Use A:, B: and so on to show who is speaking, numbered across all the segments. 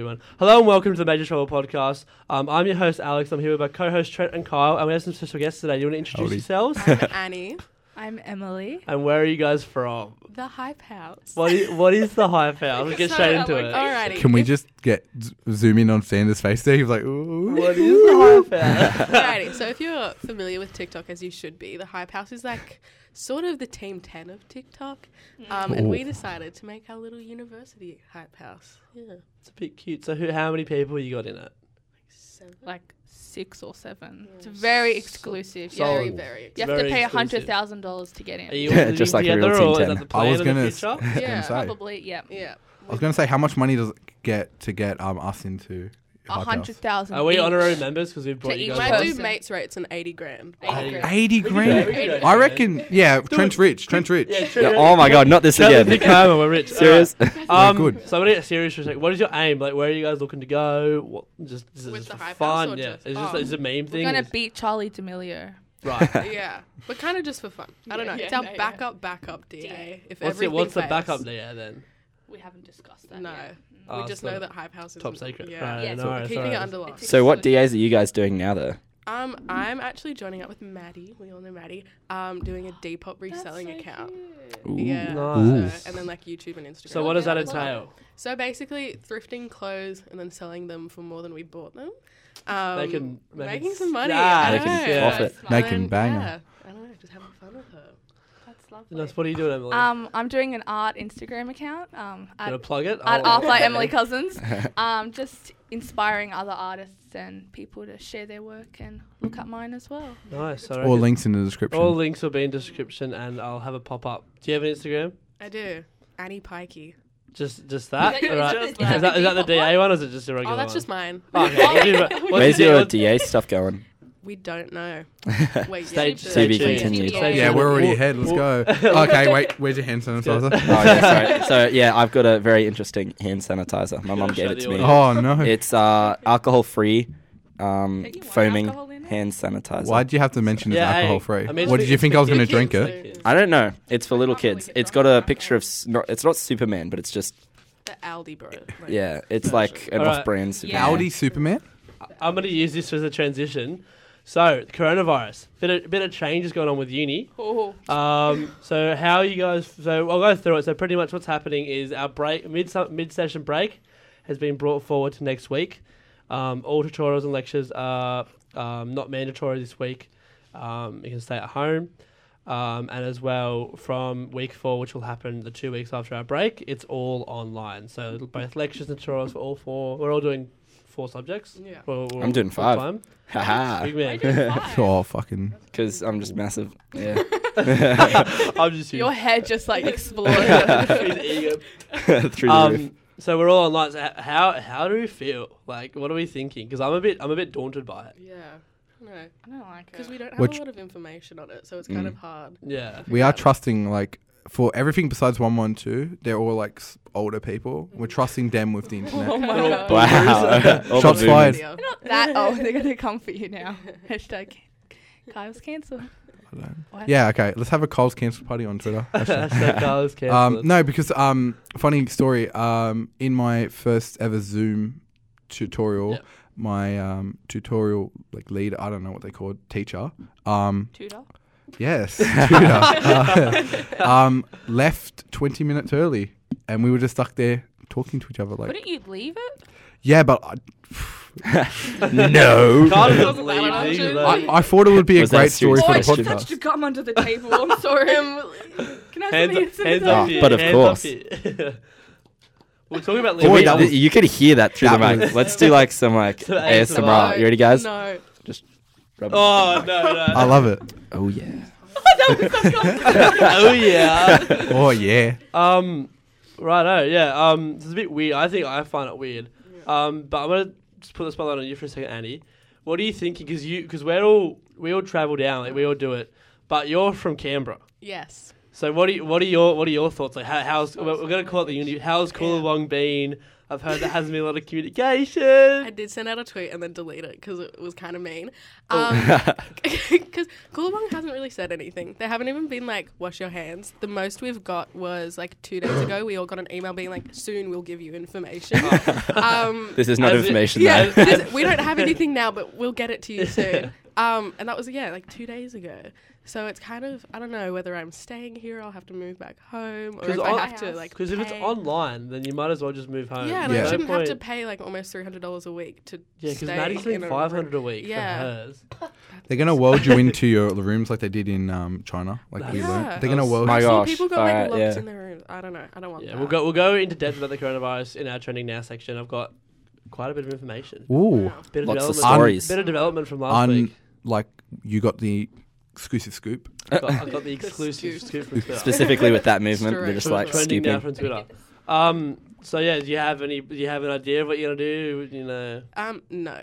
A: Everyone. Hello and welcome to the Major Trouble Podcast. Um, I'm your host Alex. I'm here with my co-host Trent and Kyle, and we have some special guests today. You want to introduce
B: Howdy.
A: yourselves?
C: I'm Annie,
D: I'm Emily.
A: and where are you guys from?
C: the hype house.
A: What is, what is the hype house? Let's get
C: So,
A: straight into
C: like,
A: it.
C: Alrighty.
B: Can we
C: if-
B: just get z- zoom in on Sanders' face there? He was like, ooh.
A: What is the hype house?
C: Alrighty. So if you're familiar with TikTok, as you should be, the hype house is like sort of the team ten of TikTok,
D: Mm.
C: um, and we
B: Ooh.
C: decided to make our little university hype house. Yeah.
A: It's a bit cute. So, who, how many people you got in it?
C: So
D: Like six or seven. It's very exclusive.
A: So-
D: you
C: very
D: have-
C: very.
D: you have
A: very
D: to pay a
A: exclusive.
D: hundred thousand dollars to get in.
A: Are you
E: Yeah,
A: all
E: just like a
A: together,
E: real
A: or
E: Team
A: is that
E: 10.
A: the plan
B: I was
A: in
B: gonna,
A: the
B: s-
A: future?
C: Yeah,
B: gonna say.
D: Probably, yeah.
C: Yeah.
B: I was gonna say, how much money does it get to get um us into?
D: A
B: Hype
D: hundred thousand.
A: Are we
D: each.
A: honorary members because we've brought
D: To
A: you
D: each
A: guys?
D: Like
C: I do
D: person.
C: mates rates and eighty grand.
D: Eighty
A: I-
D: grand.
B: house? Eighty
A: We could do it, we
B: grand.
A: could do it.
B: I reckon. Yeah, Trent's
A: it.
B: rich. Trent's rich.
A: Yeah, true.
E: Yeah, oh my god, not this
A: That was
E: again.
A: Nick Homer, we're rich.
E: Serious?
A: Alright. Um,
B: good.
A: So I'm gonna get serious for a second. What is your aim? Like, where are you guys looking to go? What, just is it
C: With
A: just
C: the
A: for
C: hype
A: fun?
C: house or
A: yeah,
C: just-
A: it's just
C: oh.
A: it's a meme
D: We're
A: thing.
D: gonna
A: It's-
D: beat Charlie D'Amelio.
A: right.
C: yeah, but kind of just for fun. I don't know.
D: Yeah,
C: it's
D: yeah,
C: our
D: no, yeah.
C: backup, backup DA.
A: What's,
C: If
A: it,
C: everything
A: what's the
C: fails.
A: backup there then?
D: We haven't discussed
C: No,
A: Oh,
C: we just
A: so
C: know that hype house is
A: Top secret.
C: Yeah,
A: Right,
D: Yeah,
A: no
D: so
A: worries,
C: keeping
A: no
C: it
A: worries.
C: underlined.
E: so what DAs are you guys doing now though?
C: Um, I'm actually joining up with Maddie. We all know Maddie. Um, doing a Depop reselling account. Yeah.
A: Nice.
C: So, and then like YouTube and Instagram.
A: So what does that
D: Yeah, that's fine.
A: entail?
C: So basically, thrifting clothes and then selling them for more than we bought them. Um,
A: They can- they can
C: making
A: s-
C: some money.
A: Yeah,
C: I
E: they can
C: know.
E: profit.
B: They
C: And
B: can
C: then,
B: bang 'em.
C: Yeah, I don't know. Just having fun with her.
D: That's
A: Nice. What are you doing, Emily?
C: Uh,
D: Um, I'm doing an art Instagram account. Um,
A: Gonna
D: at,
A: plug it?
D: at
A: Oh,
D: art by
A: okay.
D: Emily Cousins. Um, just inspiring other artists and people to share their work and look at mine as well.
A: Nice. I
B: All
A: reckon-
B: links in the description.
A: All links will be in description, and I'll have a pop up. Do you have an Instagram?
C: I do. Annie Pikey.
A: Just, just that.
D: that your-
A: All right.
D: just
A: Is
D: that.
A: that is that the DA one, or is it just a
C: Oh,
A: regular?
C: that's just
A: one?
C: mine.
A: Oh, okay. What's
E: Where's
A: the
E: your
A: deal?
E: DA stuff going? Oh,
C: We don't know. Wait,
A: Stay-
C: yeah,
A: stay
C: we
E: To be
C: do.
A: tuned.
E: continued.
A: Stay
B: yeah,
A: tuned.
B: we're already
A: We'll-
B: ahead. Let's
A: we'll-
B: go. okay, wait. Where's your hand sanitizer?
E: oh yeah, sorry. So yeah, I've got a very interesting hand sanitizer. My mum gave it to me.
B: Oh no.
E: It's uh, alcohol free, um,
D: Don't you want
E: foaming
D: alcohol in it?
E: hand sanitizer.
B: Why'd you have to mention it's
A: Yeah, hey,
B: alcohol free?
A: I mean,
B: What
A: it's-
B: did you think I was gonna
A: it's
B: drink
A: kids,
B: it?
A: it's kids.
E: I don't know. It's for little
D: can't really
E: kids.
D: get
E: It's
D: drunk
E: got a
D: on
E: picture of. s- Not, it's not Superman, but it's just
C: The Aldi bro. Like,
E: yeah. It's like an
A: Alright.
E: off-brand
D: Yeah.
E: Superman.
B: Aldi Superman.
A: I'm going to use this as a transition. So, coronavirus, bit of, bit of change is going on with uni.
D: Oh,
A: Um, so, how are you guys? So, I'll go through it. So, pretty much what's happening is our break, mid mid session break, has been brought forward to next week. Um, all tutorials and lectures are um, not mandatory this week. Um, you can stay at home. Um, and as well, from week four, which will happen the two weeks after our break, it's all online. So it'll- both lectures and tutorials for all four. We're all doing four subjects.
C: Yeah.
A: We're- we're
E: I'm doing
A: full
E: five. Ah.
A: time.
E: Haha.
A: Big man.
B: Oh fucking.
E: Because I'm just massive. Yeah.
A: I'm just
D: your
A: you.
D: head just like exploded.
E: Through the roof.
A: um, so we're all online. So h- how how do we feel? Like, what are we thinking? Because I'm a bit I'm a bit daunted by it.
C: Yeah. No,
D: I don't like
C: because
D: it.
C: we don't have
B: Which-
C: a lot of information on it, so it's kind
E: Mm.
C: of hard.
A: Yeah.
B: We are trusting like for everything besides one one two. They're all like s- older people. We're trusting them with the internet.
A: We're all boomers.
D: God.
E: Wow. All the
B: Shots
E: boomers.
B: fired.
C: Yeah.
D: Not that. Oh, they're gonna come for you now. Hashtag Kyle's cancelled.
B: I don't know.
D: What?
B: Yeah, okay. Let's have a Coles cancel party on Twitter. Hashtag.
A: Hashtag Carlos
B: um,
A: cancelled.
B: no, because um, funny story. Um, in my first ever Zoom tutorial,
A: Yep.
B: my um, tutorial like leader, I don't know what they called teacher. Um,
D: Tutor.
B: yes, tutor, uh, um, left twenty minutes early, and we were just stuck there talking to each other. Like,
D: Wouldn't you leave it?
B: yeah, but uh, I,
E: no.
A: Carlos doesn't
C: That an
A: leave either,
C: option?
A: though.
B: I, I thought it would be a
E: Was that a
B: great story
E: serious
B: for the
E: question? Oh, I
B: podcast.
D: gum under the table. I'm sorry. Can I
A: Hands, up- hands
E: Ah,
A: up here.
E: but of
A: hands
E: course.
A: Up here. we're talking about
B: Boy,
A: leaving.
B: that was-
E: you could hear that through
B: That
E: the mic.
B: was-
E: Let's do like some like
A: Some
E: ASMR.
A: ASMR.
E: You ready, guys?
C: No.
E: Rub-
A: oh no no.
B: I love it.
E: Oh yeah.
A: oh yeah.
B: Oh yeah.
A: Um, righto. Yeah. Um, it's a bit weird. I think I find it weird. Um, but I'm gonna just put the spotlight on you for a second, Annie. What are you thinking? Because you, because we're all we all travel down, like we all do it. But you're from Canberra.
C: Yes.
A: So what are you, what are your what are your thoughts like? How, how's we're, we're gonna call it the uni? How's Coolalong been? I've heard there hasn't been a lot of communication.
C: I did send out a tweet and then delete it because it was kind of mean.
E: Oh.
C: Um, Because Coolabong hasn't really said anything. They haven't even been like, wash your hands. The most we've got was like two days ago. We all got an email being like, soon we'll give you information. um,
E: This is not
A: As it-
E: information.
C: yeah,
E: though.
C: this- we don't have anything now, but we'll get it to you soon. Um, and that was, yeah, like two days ago. So it's kind of, I don't know whether I'm staying here, I'll have to move back home, or
A: 'Cause
C: if I
A: on-
C: have to,
D: House.
C: like,
A: Because if it's
C: pay-
A: online, then you might as well just move home.
C: Yeah, and
B: Yeah.
C: I
A: No
C: shouldn't have to
A: point-
C: pay like almost three hundred dollars a week to
A: Yeah, because
C: stay
A: Maddie's
C: in
A: paying
C: a
A: five
C: room.
A: hundred a week
C: Yeah.
A: for hers.
B: They're gonna weld you into your the rooms like they did in um, China. Like we
C: Yeah.
B: learned. They're gonna
A: That's-
B: weld.
E: My
B: you-
C: I've seen
E: gosh.
C: people got
E: Alright,
C: like locked
E: yeah.
C: in their room. I don't know. I don't want.
A: Yeah,
C: that.
A: we'll go. We'll go into depth about the coronavirus in our trending now section. I've got quite a bit of information.
B: Ooh,
C: Wow.
A: Bit of
E: Lots of
A: development-
E: stories.
A: Bit of development from last
B: un
A: week.
B: like you got the exclusive scoop.
A: I've got, I've got the exclusive
C: Scoop.
A: scoop from Twitter.
E: Specifically with that movement,
C: Straight
E: they're just
A: From
E: like
A: trending now
E: stupid.
A: from Twitter. Um. So yeah, do you have any? Do you have an idea of what you're gonna do? You know.
C: Um, no.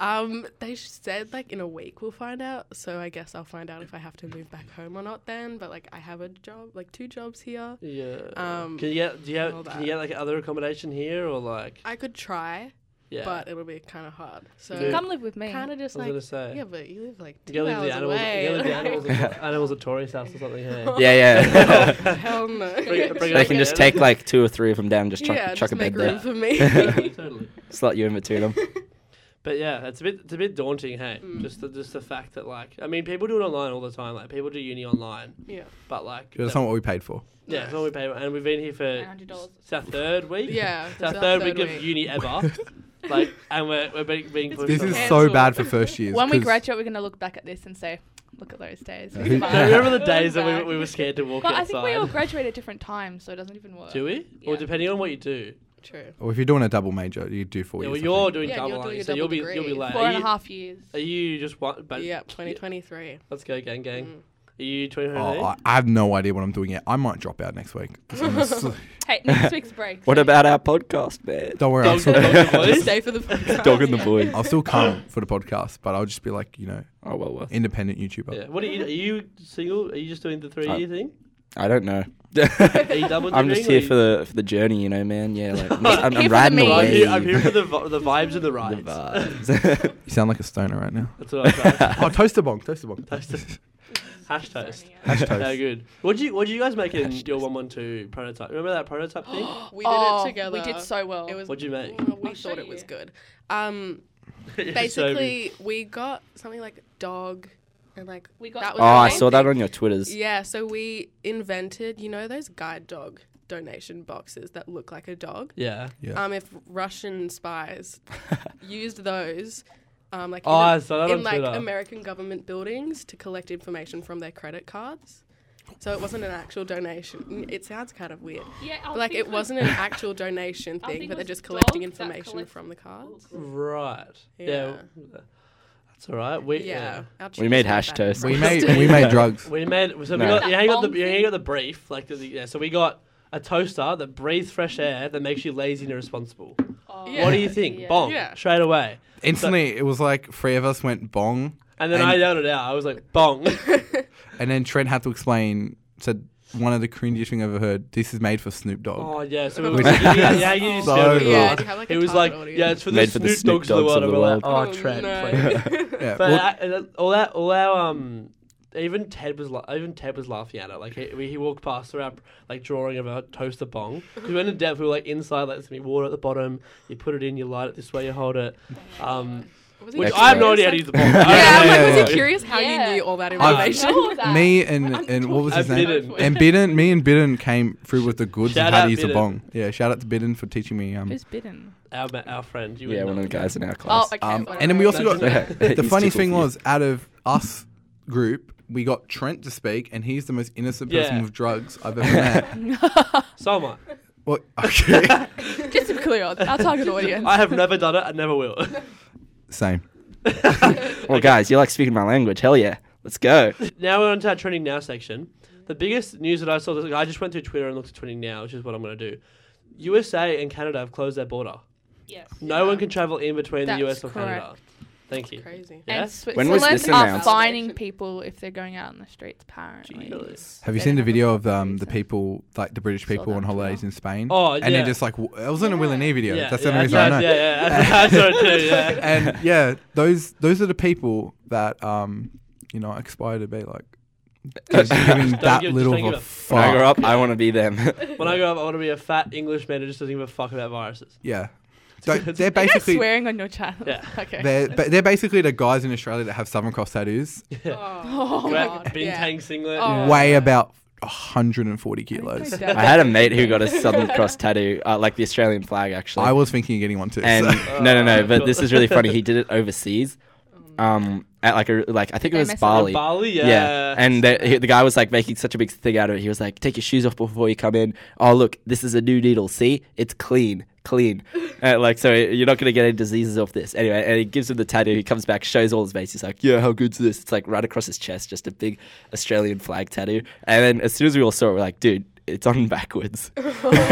C: Um, they sh- said like in a week we'll find out. So I guess I'll find out if I have to move back home or not then. But like I have a job, like two jobs here.
A: Yeah.
C: Um,
A: can you get? Do you have?
C: all
A: Can you get like other accommodation here or like?
C: I could try,
A: Yeah.
C: but it'll be kind of hard. So
A: Yeah.
D: Come live with me.
C: kind of
A: I was
C: just
A: gonna
C: like
A: say.
C: yeah, but you live like
A: You
C: two
A: gotta leave
C: hours
A: the animals.
C: away.
A: You gotta leave the animals. at- animals at Tori's house or something. Hey.
E: Yeah, yeah.
C: Hell no.
A: Bring- bring
E: they can just take like two or three of them down, and just chuck,
C: yeah,
E: chuck
C: just
E: a bed
C: make
E: there,
C: room for me.
A: Totally, totally.
E: slot you in between them.
A: But yeah, it's a bit it's a bit daunting, hey. Just the, just the fact that like I mean, people do it online all the time. Like people do uni online,
C: yeah.
A: but like
B: That's
A: that-
B: not what we paid for.
A: yeah, that's what we pay. And we've been here for
D: $900.
A: it's our third week.
C: Yeah.
A: it's our third, week, of uni ever. like, and we're we're being, being pushed.
B: This
A: online.
B: is so
C: Cancelled.
B: bad for first years.
D: When we
B: 'cause
D: graduate, we're going to look back at this and say, look at those days.
B: Yeah.
D: It was
B: Yeah.
A: So
D: fun."
A: remember the days that we,
D: Back.
A: we were scared to walk
D: But I
A: outside.
D: think we all graduate at different times, so it doesn't even work.
A: do we? Well,
D: Yeah.
A: depending on what you do.
C: True.
B: Or if you're doing a double major, you do four
A: Yeah, well,
B: years. I
A: you're
B: think.
A: doing
C: Yeah,
A: double,
C: you're doing
A: aren't you?
C: a
A: so you'll
C: double
A: be you'll be
C: degree.
A: late.
D: Four
A: are
D: and a
A: you,
D: half years.
A: Are you just one? But
C: yeah, 2023.
A: Let's go, gang, gang.
C: Mm.
A: Are you twenty?
B: Oh, I, I have no idea what I'm doing yet. I might drop out next week. 'cause I'm just-
D: Hey, next week's break.
E: What about our podcast, man?
B: don't worry, I'll
A: Dog-
B: still,
A: dog and boys?
C: Mm. Stay for the podcast.
E: Dog and the boys.
B: I'll still come for the podcast, but I'll just be like you know,
E: Oh well, well.
B: independent YouTuber.
A: Yeah. What are you? Are you single? Are you just doing the three
B: Uh,
A: year thing?
E: I don't know.
A: Are you E double?
E: I'm just
A: dipping,
E: here
A: or
E: for
A: you-
E: the for the journey, you know, man. Yeah, like I'm, just- I'm,
D: Here for
E: I'm
D: the
E: riding
D: meme.
A: Well, I'm
E: away.
A: here, I'm here for the vi- the vibes and the rides.
E: vibes.
B: You sound like a stoner right now.
A: That's what I'm trying.
B: Oh, toaster bong, toaster bong.
A: Toast- Hash toast.
B: Hash
A: How
B: toast.
A: good. What did you What did you guys make in your one one two prototype? Remember that prototype thing?
C: We did
D: Oh,
C: it together.
D: We did so well.
C: It was.
A: What'd you make?
C: Well, we
D: I'll show
C: thought it was
D: you.
C: good. Um,
A: It was so good.
C: basically, we got something like dog, and like
D: We got
C: that
E: oh,
C: was.
E: I
C: the main
E: saw that
C: thing.
E: on your Twitters.
C: Yeah, so we invented, you know, those guide dog donation boxes that look like a dog.
A: yeah.
B: Yeah.
C: Um, if Russian spies used those, um, like
A: Oh,
C: in a-
A: I saw that on
C: in like
A: Twitter.
C: American government buildings to collect information from their credit cards. So it wasn't an actual donation. It sounds kind of weird.
D: Yeah, I
C: But like
D: think
C: it wasn't an actual donation
D: I
C: thing,
D: think
C: but
D: it
C: they're
D: was
C: just
D: dog
C: collecting
D: that
C: information
D: collects-
C: from the cards.
A: Right. Yeah.
C: Yeah.
A: That's all right. We
C: Yeah.
A: yeah.
C: our
E: We made
C: tutors
E: hash
C: that
E: toast.
B: We
C: information.
B: made we made drugs.
A: We made so we
E: No.
A: got,
D: That
A: yeah, you got
D: bomb
A: the yeah, you
D: thing.
A: got the brief like the, yeah. So we got a toaster that breathes fresh air that makes you lazy and irresponsible.
C: Yeah.
A: What do you think?
D: Yeah.
A: Bong
C: Yeah.
A: straight away.
B: Instantly, it was like three of us went bong,
A: And then
B: And-
A: I yelled it out. I was like, bong.
B: and then Trent had to explain. Said one of the cringiest thing I ever heard. This is made for Snoop Dogg.
A: oh, yeah. So it was,
B: Which
A: yeah, yeah,
B: is
A: yeah, you just
B: so
A: yelled it
B: wrong.
A: out.
C: Yeah, you have, like,
A: it
C: a
A: was like,
C: target audience.
A: yeah, it's for the
E: Made for
A: Snoop,
E: the Snoop
A: Dogs of the world.
E: Dogs of
A: And
E: the
A: we're like,
C: world.
A: oh,
C: Oh,
A: Trent.
C: no.
A: like-
B: Yeah,
A: but
B: well,
A: I- and all that, all our, um, even Ted was, la- even Ted was laughing at it. Like he, we- he walked past our like drawing of a toaster bong. 'Cause we went in depth. We were like inside, like there's gonna be water at the bottom. You put it in, you light it this way, you hold it. Um,
C: Was he
A: which
C: curious?
A: I have no idea how to use the bong.
C: Yeah,
B: Yeah,
C: I'm
B: yeah,
C: like, was
B: yeah.
C: he curious how
D: Yeah.
C: you knew all that
B: I've-
C: information?
B: me and and what was his
A: I
B: name?
A: didn't.
B: And Bidden, me and Bidden came through with the goods
A: Shout
B: of how
A: out
B: to use a
A: Bidden.
B: bong. Yeah, shout out to Bidden for teaching me. Um,
D: Who's bidden?
A: Our, ma- our friend. You would
E: Yeah, one
A: know.
E: of the guys in our
D: Oh,
E: class.
D: okay.
B: um,
D: whatever.
B: and then we also
A: That's
B: got
E: okay.
B: the
E: He's
B: funny
E: tickled
B: thing
E: you.
B: was out of us group, we got Trent to speak, and he's the most innocent person
A: Yeah.
B: with drugs I've ever met.
A: So am I.
B: well, okay,
D: Just to be clear, our target audience.
A: I have never done it. I never will.
B: same.
E: Well, guys, you like speaking my language? Hell yeah, let's go.
A: now we're on to our trending now section. The biggest news that I saw, I just went through Twitter and looked at trending now, which is what I'm going to do. USA and Canada have closed their border.
D: yes.
A: No one can travel in between
D: That's
A: the US or Canada.
D: correct.
A: Thank you.
C: Crazy.
A: Yeah?
D: And
E: When was
D: Switzerland
E: this
D: are
E: announced?
D: fining people if they're going out on the streets, apparently.
A: Jeez.
B: Have you
D: They
B: seen
D: don't
B: the
D: have a
B: video of
D: proper
B: um, the
D: reason.
B: people, like the British
D: Saw
B: people on
D: that as
B: holidays
D: well.
B: in Spain?
A: Oh,
B: and
A: yeah.
B: they're just like, w- it was in a Will and E video.
A: Yeah,
B: That's
A: yeah,
B: the only reason
A: yeah,
B: I know.
A: Yeah, yeah, I saw it too. Yeah.
B: and yeah, those those are the people that um, you know aspire to be like just giving
A: Don't
B: that
A: give-
B: little
A: just don't
B: of a
A: give
E: When I grow
B: fuck.
E: up, I want to be them.
A: When I grow up, I want to be a fat English man who just doesn't give a fuck about viruses.
B: Yeah, Don't-
A: It's-
B: they're
D: Are you guys
B: basically
D: swearing on your channel?
A: Yeah.
D: Okay.
B: they're but they're basically the guys in Australia that have Southern Cross tattoos,
A: yeah.
C: Oh,
D: Oh,
A: Grab
C: God.
A: Bintang
C: Yeah.
A: singlet.
C: Oh.
B: weigh about 140
D: I think my
B: kilos.
D: dad
E: I had a
D: did
E: mate who
D: something.
E: got a Southern Cross tattoo, uh, like the Australian flag, actually.
B: I was thinking of getting one too.
E: and
B: so-
E: no, no, no. But
A: Cool.
E: this is really funny. He did it overseas, um, at like a like I think it
D: They
E: was
D: mess it up.
E: Bali.
A: Bali, yeah.
E: Yeah. and the, he- the guy was like making such a big thing out of it. He was like, "Take your shoes off before you come in." Oh, look, this is a new needle. See, it's clean, clean. Uh, like, so you're not gonna get any diseases off this. Anyway, and he gives him the tattoo. He comes back, shows all his mates. He's like, "Yeah, how good's this?" It's like right across his chest, just a big Australian flag tattoo. And then as soon as we all saw it, we're like, "Dude, it's on backwards."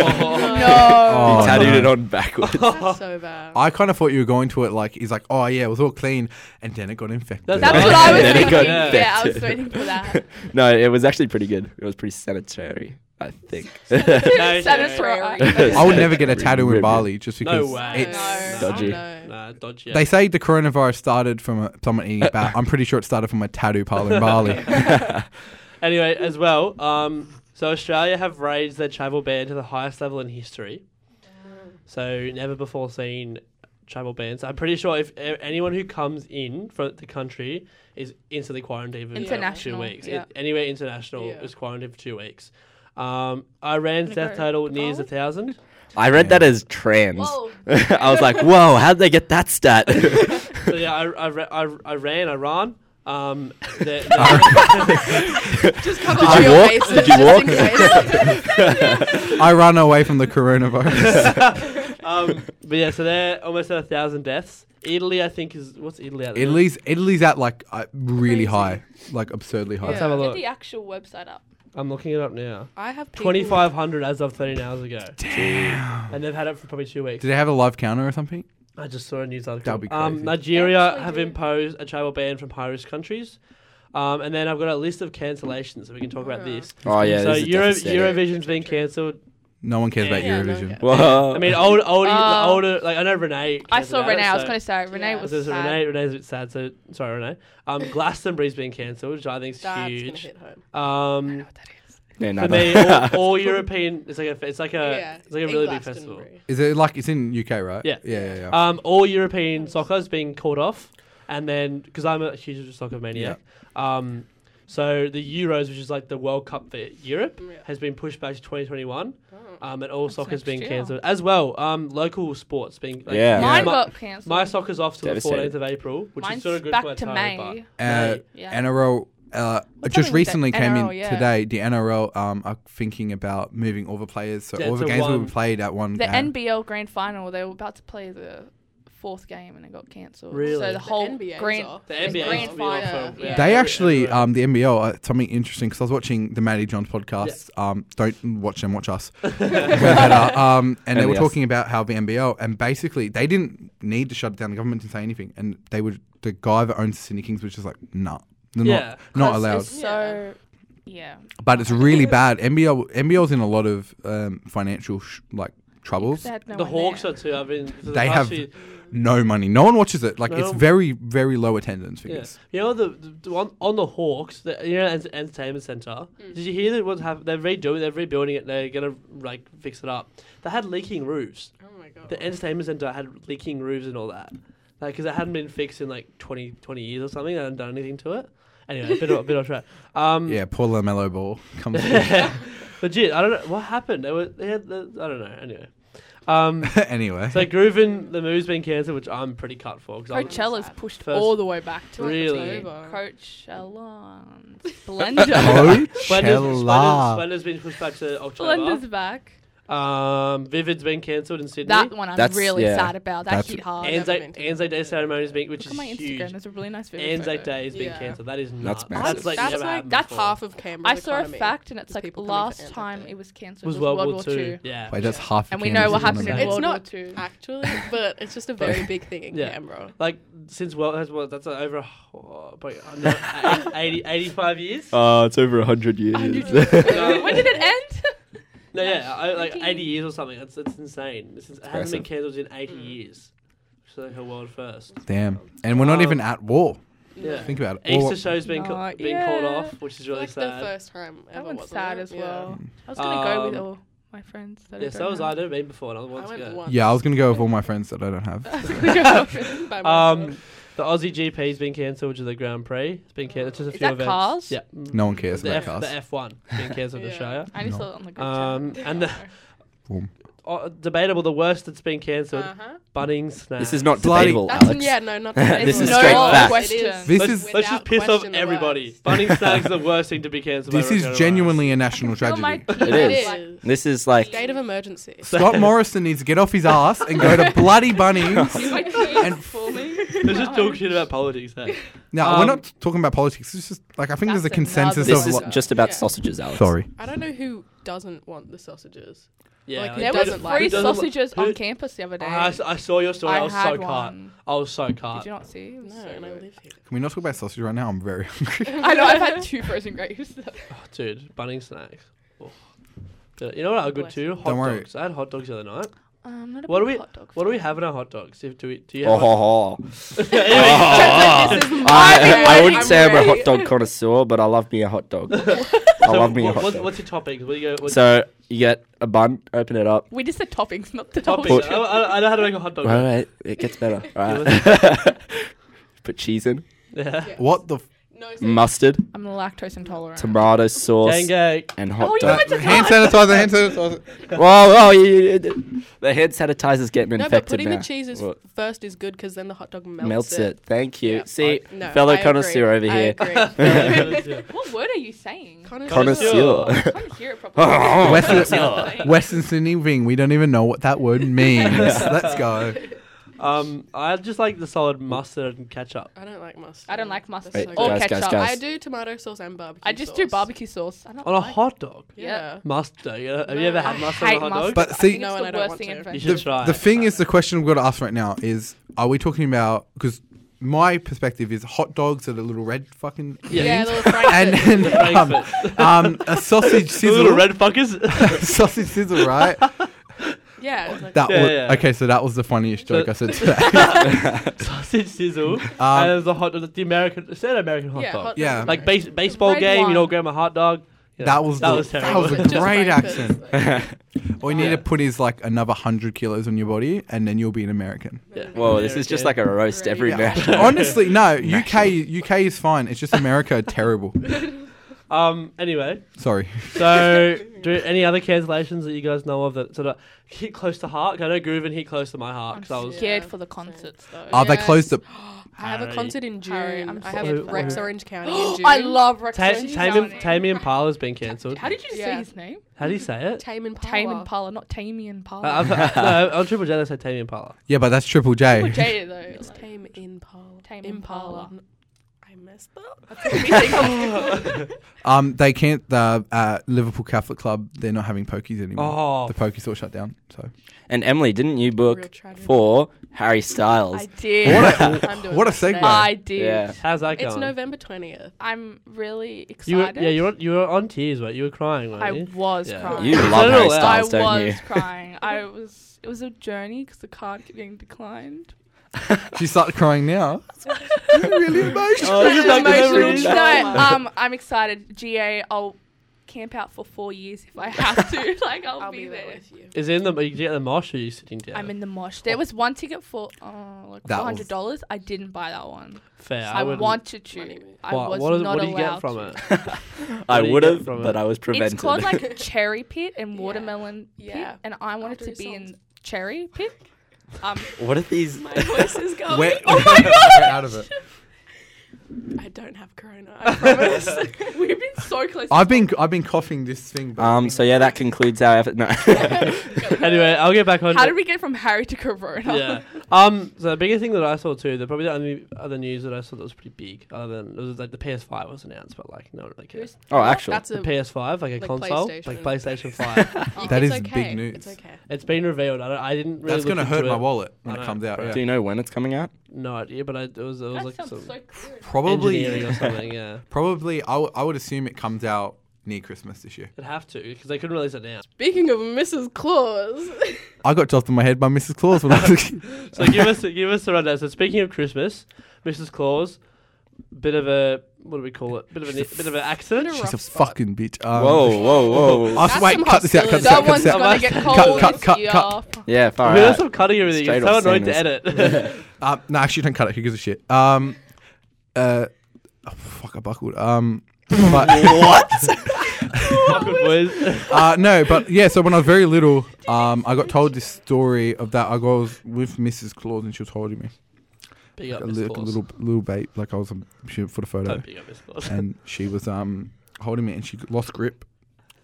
D: No.
B: Oh,
E: he tattooed
B: no.
E: it on backwards.
C: That's so bad.
B: I kind of thought you were going to it like he's like, oh yeah, it was all clean, and then it got infected.
A: That's
D: That's
A: Yeah.
D: what I was
A: Then it
D: thinking.
A: got
D: Yeah. I was
E: infected.
D: waiting for that.
E: no, it was actually pretty good. It was pretty sanitary, I think.
A: No,
D: Sanitary.
E: yeah.
B: I would never get a tattoo in
E: Really?
B: Bali just because
A: way.
B: it's
D: No.
E: dodgy.
C: No.
A: nah, dodgy.
B: They say the coronavirus started from a, someone eating a bat. I'm pretty sure it started from a tattoo parlor in Bali.
A: Anyway, as well, um, so Australia have raised their travel ban to the highest level in history. So never before seen travel bans. I'm pretty sure if a- anyone who comes in from the country is instantly quarantined for two
D: International,
A: weeks.
D: yeah.
A: It- anywhere international
C: Yeah.
A: is quarantined for two weeks. Um, Iran's death
D: Nico,
A: total nears a thousand.
E: I read that as trans. I was like, whoa, how'd they get that stat?
A: So yeah, I, I, re- I, Iran, Iran. Um, they're- they're-
C: Just cover
E: Did
C: all
E: you
C: your
E: walk?
C: bases.
E: Did you
C: just in
E: walk?
C: case.
B: I run away from the coronavirus.
A: um, but yeah, so they're almost at a thousand deaths. Italy, I think, is what's Italy at?
B: Italy's Italy's at like uh, really
C: Crazy.
B: high, like absurdly high.
A: Let's have a
D: Get
A: look.
D: the actual website up.
A: I'm looking it up now.
C: I have people-
A: Twenty five hundred as of thirteen hours ago. Damn. And they've had it for probably two weeks.
B: Do they have a live counter or something?
A: I just saw a news article.
B: That'd be
A: Um,
B: crazy.
D: They
A: Nigeria
D: actually
A: have
D: do.
A: imposed a travel ban from high risk countries. Um, and then I've got a list of cancellations, so we can talk
D: Uh-huh.
A: about this.
E: oh, yeah.
A: so
E: this is
A: Euro,
E: devastating.
A: Eurovision's been cancelled.
B: No one cares about
A: Yeah,
C: no,
B: Eurovision.
C: okay.
E: Whoa.
A: I mean, old, old,
D: Oh.
A: the older, like I know Renee.
D: I
A: cancelled
D: saw
A: out,
D: Renee. I was
A: so-
D: going to say Renee
C: Yeah.
D: was
A: so, so
D: sad.
A: Renee, Renee's a bit sad. So sorry, Renee. Um, Glastonbury's been cancelled, which I think is
C: That's gonna
A: huge.
C: hit home.
A: Um,
D: What that is.
E: yeah, no,
A: for
E: no.
A: me, all, all European. It's like a, it's like a,
C: Yeah.
A: it's like a
C: in
A: really big festival.
C: Glastonbury.
B: Is it like it's in UK, right?
A: Yeah.
B: yeah, yeah. yeah.
A: Um, all European soccer's been called off, and then because I'm a huge soccer maniac, um, so the Euros, which is like the World Cup for Europe,
C: Yeah.
A: has been pushed back to 2021,
C: Oh.
A: um, and all
D: That's
A: soccer's
D: next
A: been
D: year.
A: cancelled as well. Um, local sports being like,
E: Yeah.
D: Mine
A: my,
D: got cancelled.
A: my soccer's off till the
E: Devastated.
A: 14th of April, which
D: Mine's
A: is sort of good
D: back
A: for
D: to
A: Atari,
D: May.
B: Uh,
D: Yeah.
B: NRL. Uh, just
D: What's happening with
B: recently
D: the
B: came
D: NRL,
B: in
D: yeah.
B: today. The NRL um, are thinking about moving all the players, so
A: Yeah,
B: all the
A: to
B: games will
A: one-
B: be played at one.
D: The
B: game.
D: NBL grand final, they were about to play the fourth game and it got cancelled.
A: Really?
D: So
A: The
D: the whole
C: NBA 's
D: grand.
C: off.
A: The
C: It's
A: NBA 's
D: grand
A: been off
D: final.
A: for- yeah.
D: Yeah.
B: They
A: Yeah.
B: actually,
A: Yeah.
B: um, the NBL, uh, something interesting because I was watching the Maddie Johns podcast. Um, don't watch them, watch us. We're better. Um, and they were
E: NBS.
B: talking about how the NBL, and basically, they didn't need to shut it down. The government didn't say anything. And they would, the guy that owns the Sydney Kings was just like, nah, they're
A: Yeah.
B: not, not
D: 'Cause
B: allowed.
D: It's so. Yeah.
B: but it's really bad. NBL, NBL's in a lot of um, financial sh- like troubles.
D: They had no
A: the
D: one
A: Hawks
D: there.
A: are too. I've been. for the
B: They
A: past
B: have
A: few-
B: No money. No one watches it. Like,
A: No.
B: it's very, very low attendance
A: Yeah.
B: figures.
A: You know the, the, the one on the Hawks, the you know ent- entertainment center.
C: Hmm.
A: Did you hear that what's happened? They're redoing, they're rebuilding it. They're gonna like fix it up. They had leaking roofs.
C: Oh my god.
A: The entertainment center had leaking roofs and all that, like because it hadn't been fixed in like 20, 20 years or something. They hadn't done anything to it. Anyway, a bit of, a bit off track. Um,
B: Yeah, poor LaMelo Ball comes
A: legit. I don't know what happened. They were, they had the, I don't know. Anyway, um,
B: anyway.
A: so Groovin, the move's been cancelled, which I'm pretty cut for because I'm
D: Coachella's pushed
A: First-
D: all
C: all
D: the
C: the way back to
A: Really? Oh.
C: October.
D: Coachella. Splendor.
B: Coachella.
A: Splendour's, Splendor's been pushed back to October.
D: Splendor's back.
A: Um, Vivid's been cancelled in Sydney.
D: That one I'm
E: That's-
D: really
E: yeah.
D: sad about. That
B: That's-
D: hit hard.
C: And- never
A: Anzac,
C: been to
A: Anzac Day ceremony has been, which
D: Look at
A: is
D: my Instagram.
A: huge.
D: There's a really nice video.
A: Anzac
D: photo.
A: Day has been
C: Yeah.
A: cancelled. That is nuts.
E: That's
A: That's,
E: massive.
A: like
C: that's
A: never
C: like
A: happened
D: that's
A: before.
C: half of Canberra.
D: I saw a fact, and it's
C: Just
D: like
C: people coming for
D: last
C: Anzac
D: time
C: Day.
D: it was cancelled
A: was World War Two.
D: Two.
A: Yeah.
B: Wait, that's half.
D: And
B: of
D: we know
B: Canberra's
D: what
B: on
D: happened
B: the
D: in
B: map.
C: It's
D: World War
C: not
D: Two.
C: actually, but it's just a very big thing in
A: Yeah.
C: Canberra.
A: Like since well has well that's over oh, probably, uh, no, 80, 85 years.
E: Oh, it's over 100 years.
A: No.
D: when did it end?
A: no, yeah, I, like
D: Nineteen.
A: eighty years or something. That's that's insane. This is, it hasn't been
E: impressive.
A: cancelled in eighty years. So like a world first.
B: Damn. And we're not
A: Um,
B: even at war.
A: Yeah.
B: Think about it. All-
A: Easter show's been ca-
D: No,
A: been called
D: yeah.
A: off, which is really
C: like the
A: sad.
C: first time ever.
D: That one's
C: wasn't
D: sad
C: it?
D: as
C: Yeah.
D: well. I was gonna go with
A: Um,
D: all my friends. That
A: Yeah,
D: I
A: so was I.
D: don't
A: I've never been before, and I want
C: I
A: to
C: went
A: go.
C: once.
B: yeah, I was gonna go with all my friends that I don't have.
C: By myself.
A: Um, the Aussie GP's been cancelled, which is the Grand Prix. It's been cancelled. It's just a
D: Is
A: few
D: that
A: events.
D: cars?
A: Yeah.
B: Mm. No one cares
A: the,
B: about
A: F,
B: cars.
A: the F1 being cancelled in
C: Yeah.
A: Australia.
D: know. I
B: No.
D: just saw it on the group
A: Um,
D: chat.
A: and the- Uh, debatable, the worst that's been cancelled.
C: Uh-huh.
A: Bunnings snacks.
E: This is not
B: Bloody-
E: debatable,
C: That's
E: Alex.
C: yeah, no, not
E: This is
C: no
E: straight fact.
D: Question.
B: This
A: let's,
B: is-
A: let's just
C: Without
A: piss off
C: question, the
A: everybody.
C: worst.
A: Bunnings snacks is the worst thing to be cancelled. by
B: This is
A: Rocket
B: genuinely a national
D: feel Oh my
B: tragedy.
D: teeth.
E: It
C: It
E: is.
C: is.
E: This is like
C: State of emergency.
A: Airlines.
B: Scott Morrison needs to get off his ass and go to bloody Bunnings.
D: My teeth
B: And-
D: falling.
A: Let's just talk shit about politics. Hey.
B: Now
A: Um,
B: we're not talking about politics. It's just like I think there's a
D: That's
B: consensus
D: another
E: this
B: of.
E: is
B: Lo-
D: one.
E: just about
C: Yeah.
E: sausages, Alex.
B: Sorry.
C: I don't know who doesn't want the sausages.
A: Yeah,
C: Like,
A: like,
C: there
D: There
A: who
C: was
D: was
A: doesn't-
C: like-
D: free
A: who doesn't like-
D: sausages
A: who-
D: on campus the other day.
A: I, s- I saw your story. I,
D: I
A: was
D: had
A: so Uh, caught.
D: one.
A: I was so
D: Did
A: caught.
D: you not see? It was
C: No,
D: so
C: and I
D: good.
C: live here.
B: Can we not talk about sausage right now? I'm very hungry.
D: I know. I've had two frozen grapes.
A: Oh, dude, Bunnings snacks. Oh. You know what are good
C: Bless
A: too? Hot
B: Don't worry.
A: dogs. I had hot dogs the other night.
D: Um, not a
A: What do
D: big
A: we-
D: hot dog
A: What do we
D: fan.
A: have in our hot dogs? If, do we? Do you
E: Oh,
A: have? hot-
E: ho, ho.
A: Anyway,
E: Oh,
D: This is my
E: I, I
D: word.
E: wouldn't
D: I'm
E: say I'm a
D: ready.
E: hot dog connoisseur, but I love me a hot dog. I
A: so
E: love me a
A: what-
E: hot
A: what's,
E: dog.
A: what's your toppings? What do you go? What's
E: So you get a bun, open it up.
D: We just said toppings, not the
A: your
D: toppings.
A: toppings? I, I- I know how to make a hot dog.
E: All right, it gets better. All
A: You
E: right. Put cheese in,
A: Yeah.
B: what the? F-
C: No, so
E: mustard,
D: I'm lactose intolerant.
E: tomato sauce,
A: Pancake.
E: and hot
D: Oh, you
E: dog.
D: went to
B: hand sanitizer. Hand sanitizer.
E: Whoa, whoa! You, you, you- the hand sanitizer's getting
C: no, but
E: infected
C: putting
E: now.
C: the cheese is
E: What?
C: first is good because then the hot dog melts,
E: melts it. Thank you.
C: Yeah,
E: See,
C: I- no,
E: fellow
C: I agree.
E: connoisseur over
C: I
E: here.
C: agree.
A: Yeah.
D: What word are you saying?
A: Connoisseur.
E: connoisseur.
D: I can't hear it properly.
B: Western, Western Sydney wing. We don't even know what that word means. Let's go.
A: Um, I just like the solid mustard and ketchup.
C: I don't like mustard.
D: I don't like mustard
C: That's
E: Wait,
D: or
E: guys, guys,
D: ketchup.
E: guys.
C: I do tomato sauce and barbecue.
D: I just
C: sauce.
D: do barbecue sauce. I
B: Oh,
D: don't
A: On a
D: like
A: hot dog.
C: Yeah.
A: Mustard. you know- Have you
C: No.
A: ever
D: I
A: had mustard
D: hate
A: on a hot dog?
D: mustard.
B: But
D: I
B: see-
D: think
C: No,
D: it's
C: and
D: the
C: I don't
D: worst
C: want
D: thing
C: to.
D: in
A: You
D: fashion.
A: should try
B: The
A: it.
B: thing is, the question we've got to ask right now is: Are we talking about? Because my perspective is hot dogs are the little red fucking
A: Yeah.
C: Yeah,
B: things,
C: little Frankfurt.
B: and then um,
A: Frankfurt.
B: um, a sausage
A: The
B: sizzle,
A: little red fuckers.
B: sausage sizzle, right?
C: yeah. it's like-
B: That
A: Yeah,
B: was,
A: yeah.
B: okay. So that was the funniest joke I said today.
A: Sausage sizzle. and
B: Um,
A: there's a hot dog. The American, say an American hot
C: yeah,
A: dog.
C: hot
B: Yeah.
C: dog.
A: like base, baseball
D: red
A: game, you
D: one.
A: know, grab a hot dog. Yeah,
B: that was
A: that
B: the,
A: was
B: that
A: terrible.
B: was a
C: Just
B: great
C: breakfast.
B: accent. All you need to put is like another hundred kilos on your body, and then you'll be an American.
A: Yeah.
E: Whoa, this is just like a roast every
B: Yeah.
E: match.
B: Honestly, no. UK UK is fine. It's just America terrible.
A: Um. Anyway,
B: Sorry.
A: so do any other cancellations that you guys know of that sort of hit close to heart? 'Cause I know Groovin hit close to my heart
D: I'm
A: because I was.
D: scared
C: Yeah.
D: for the concerts though.
B: Oh, they
C: Yes.
B: closed the.
C: I have a
A: Harry.
C: concert in June.
D: Harry, I'm
C: I have
A: sorry.
C: at Rex
A: Oh.
C: Orange County in June.
D: I love Rex
A: Ta-
D: Orange
A: Tame,
D: County.
A: Tame Impala's been cancelled.
D: How did you say
C: Yeah.
D: his name?
A: How do you say it?
C: Tame Impala.
D: Tame Impala, not Tamey
B: Uh,
D: Impala.
A: I- I've, I, no, on Triple J they say Tame Impala.
B: Yeah, but that's Triple
D: Triple
B: J.
D: J though.
C: It's
D: like-
C: Tame Impala.
D: Tame Impala.
C: N- I messed up.
B: Um, they can't. The uh, Liverpool Catholic Club. They're not having pokies anymore.
A: Oh,
B: The pokies all shut down. So
E: And Emily, didn't you
C: Real
E: book
C: tragedy.
E: for Harry Styles?
D: I did.
B: what a,
C: I'm doing
B: what a
C: that today.
B: segue.
D: I did.
E: Yeah.
A: how's that going?
D: um,
C: It's November 20th.
D: I'm really excited.
A: You were, yeah, you were you were on tears, right? You were crying, weren't
D: I
A: you?
D: was
A: Yeah.
D: crying.
E: You
A: I
E: love
A: don't
E: Harry
A: know.
D: I
E: Styles, don't you?
D: was crying. I was. It was a journey because the card kept getting declined.
B: She started crying now. really emotional.
A: Oh,
D: Such
A: you're
D: an
A: back to
D: emotional
A: memories.
D: no, um, I'm excited. GA, I'll camp out for four years if I have to. like, I'll,
C: I'll
D: be, there.
C: with you.
A: Is it in the you get the mosh or are you sitting down?
D: I'm in the mosh.
E: Oh.
D: There was one ticket for uh, like
B: That
D: four
B: was-
D: hundred dollars. I didn't buy that one.
A: fair.
D: I,
A: wouldn't-
D: wanted to.
C: Money.
D: I
A: What-
D: was
A: what is-
D: not
A: what do you
D: allowed
A: get from
D: to.
A: it? What
E: I
A: do you
E: would
A: get
E: have,
A: from
E: but
A: it?
E: I was prevented.
D: It's called like cherry pit and
C: Yeah.
D: watermelon
C: Yeah.
D: pit, and I wanted
C: I'll
D: to
C: do
D: be in
C: songs.
D: cherry pit. Um,
E: what are these?
C: Oh My voice is going.
B: Where, oh my god! Get out of it.
C: I don't have corona. I promise. We've been so close.
B: I've been I've been coughing this thing. but-
E: Um, so yeah, that concludes our effort. No.
A: anyway, I'll get back on.
D: How
A: to-
D: did we get from Harry to Corona?
A: yeah. Um. So the biggest thing that I saw too, the probably the only other news that I saw that was pretty big, other than it was like the PS5 was announced, but like no one really cares.
E: oh, actually,
C: That's
A: The
C: a.
A: PS5, like a
C: Like
A: console,
C: PlayStation.
A: like PlayStation 5.
C: you-
B: That
C: it's
B: is big
C: okay.
B: news.
C: It's okay.
A: it's been revealed. I, don't, I didn't really.
B: That's
A: look
B: gonna
A: into
B: hurt my
A: it.
B: wallet when
A: I
B: it
A: know,
B: comes out.
A: right.
B: Yeah.
E: do you know when it's coming out?
A: No idea, but I, it was it was like some
D: weird.
B: Probably
A: engineering or something. Yeah,
B: probably I, w- I would assume it comes out near Christmas this year.
A: it'd have to because they couldn't release it now.
C: Speaking of Mrs. Claus,
B: I got dropped in my head by Mrs. Claus when I was a kid.
A: So give us give us the rundown. So speaking of Christmas, Mrs. Claus, bit of a what do we call it? Bit of a
B: She's a
A: bit of an
C: Bit
A: accident.
C: of
B: She's a
C: Rough spot.
B: fucking bitch. Um,
E: Whoa, whoa, whoa!
B: Ask-
C: That's
B: wait,
C: some
B: cut this out, cut this out, cut
D: Someone's
B: this out.
D: gonna get
A: Cut,
D: cold
B: cut,
D: this
B: cut,
D: year.
B: cut.
E: yeah,
A: I
E: far
A: mean, that's
E: out.
A: some cutting everything.
E: Straight
A: it's so
E: off
A: annoying to
E: singers.
A: edit.
B: Um, no, actually, don't cut it. Who gives a shit? Um, uh, oh, fuck, I buckled. Um, but what?
A: Awkward words.
B: Uh, no, but yeah. So when I was very little, um, I got told this story of that. I was with Mrs. Claus and she was holding me,
A: Big
B: like
A: up,
B: a
A: Miss
B: little,
A: Claus.
B: little, little babe, like I was um, shooting for the photo,
A: Don't big up, Miss Claus.
B: and she was um holding me, and she lost grip,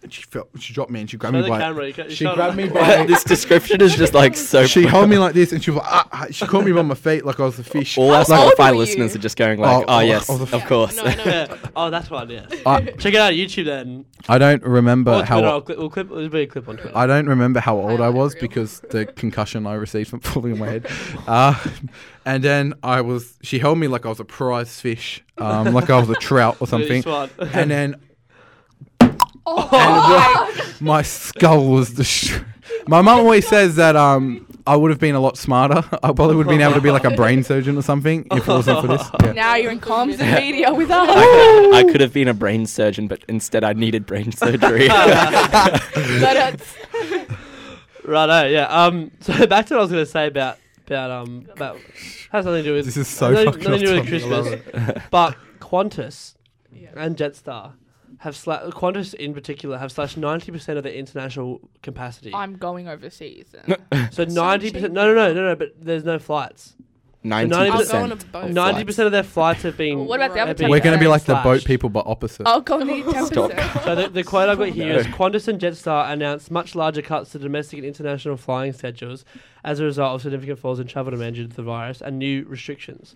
B: and she felt she dropped me, and she grabbed
A: Show
B: me
A: the
B: by.
A: camera. You can't- you
B: she
A: can't-
B: grabbed me by.
E: this description is just like so.
B: She held me like this, and she was like, ah, ah, she caught me by my feet like I was a fish.
E: All our
B: Like,
C: old
E: Spotify
C: were
E: listeners
C: you?
E: are just going like,
B: Oh,
E: "Oh,
B: oh,
E: yes,
B: oh, the
E: of
B: f-
C: Yeah,
E: course."
C: No, I know.
A: Yeah. Oh, that's one. Yeah.
B: I,
A: Check it out on YouTube then.
B: I don't remember
A: Or Twitter.
B: how
A: I'll clip, we'll clip. There'll be a clip on Twitter.
B: I don't remember how old I
C: Highlight
B: was
C: reel.
B: because the concussion I received from falling on my head. Uh, and then I was, she held me like I was a prize fish, um, like I was a trout or
A: Really
B: something.
A: smart.
B: And then
D: Oh,
B: my skull was destroyed. My mum always says that um, I would have been a lot smarter. I probably would have been able to be like a brain surgeon or something if it wasn't for this. Yeah.
D: now you're in comms and media with us.
E: I could have been a brain surgeon, but instead I needed brain surgery.
D: But it's-
A: Righto, yeah. Um, so back to what I was going to say about about um about has nothing to do with
B: This is so
A: nothing,
B: fucking
A: nothing to do
B: off
A: with
B: topic, I love
A: Christmas, but Qantas
C: Yeah.
A: and Jetstar have sla- Qantas in particular have slashed ninety percent of their international capacity.
D: I'm going overseas. and-
A: so ninety percent. No, no, no, no, no. But there's no flights.
E: Ninety
C: I'll go on a
E: percent.
C: boat.
E: Flights.
A: Ninety percent of their flights have been.
D: what about the other
A: Epic.
B: We're going to be like the
A: Slash.
B: boat people, but opposite.
D: I'll go near 10%.
A: So the, the quote I've got here is Qantas and Jetstar announced much larger cuts to domestic and international flying schedules as a result of significant falls in travel demand due to the virus and new restrictions.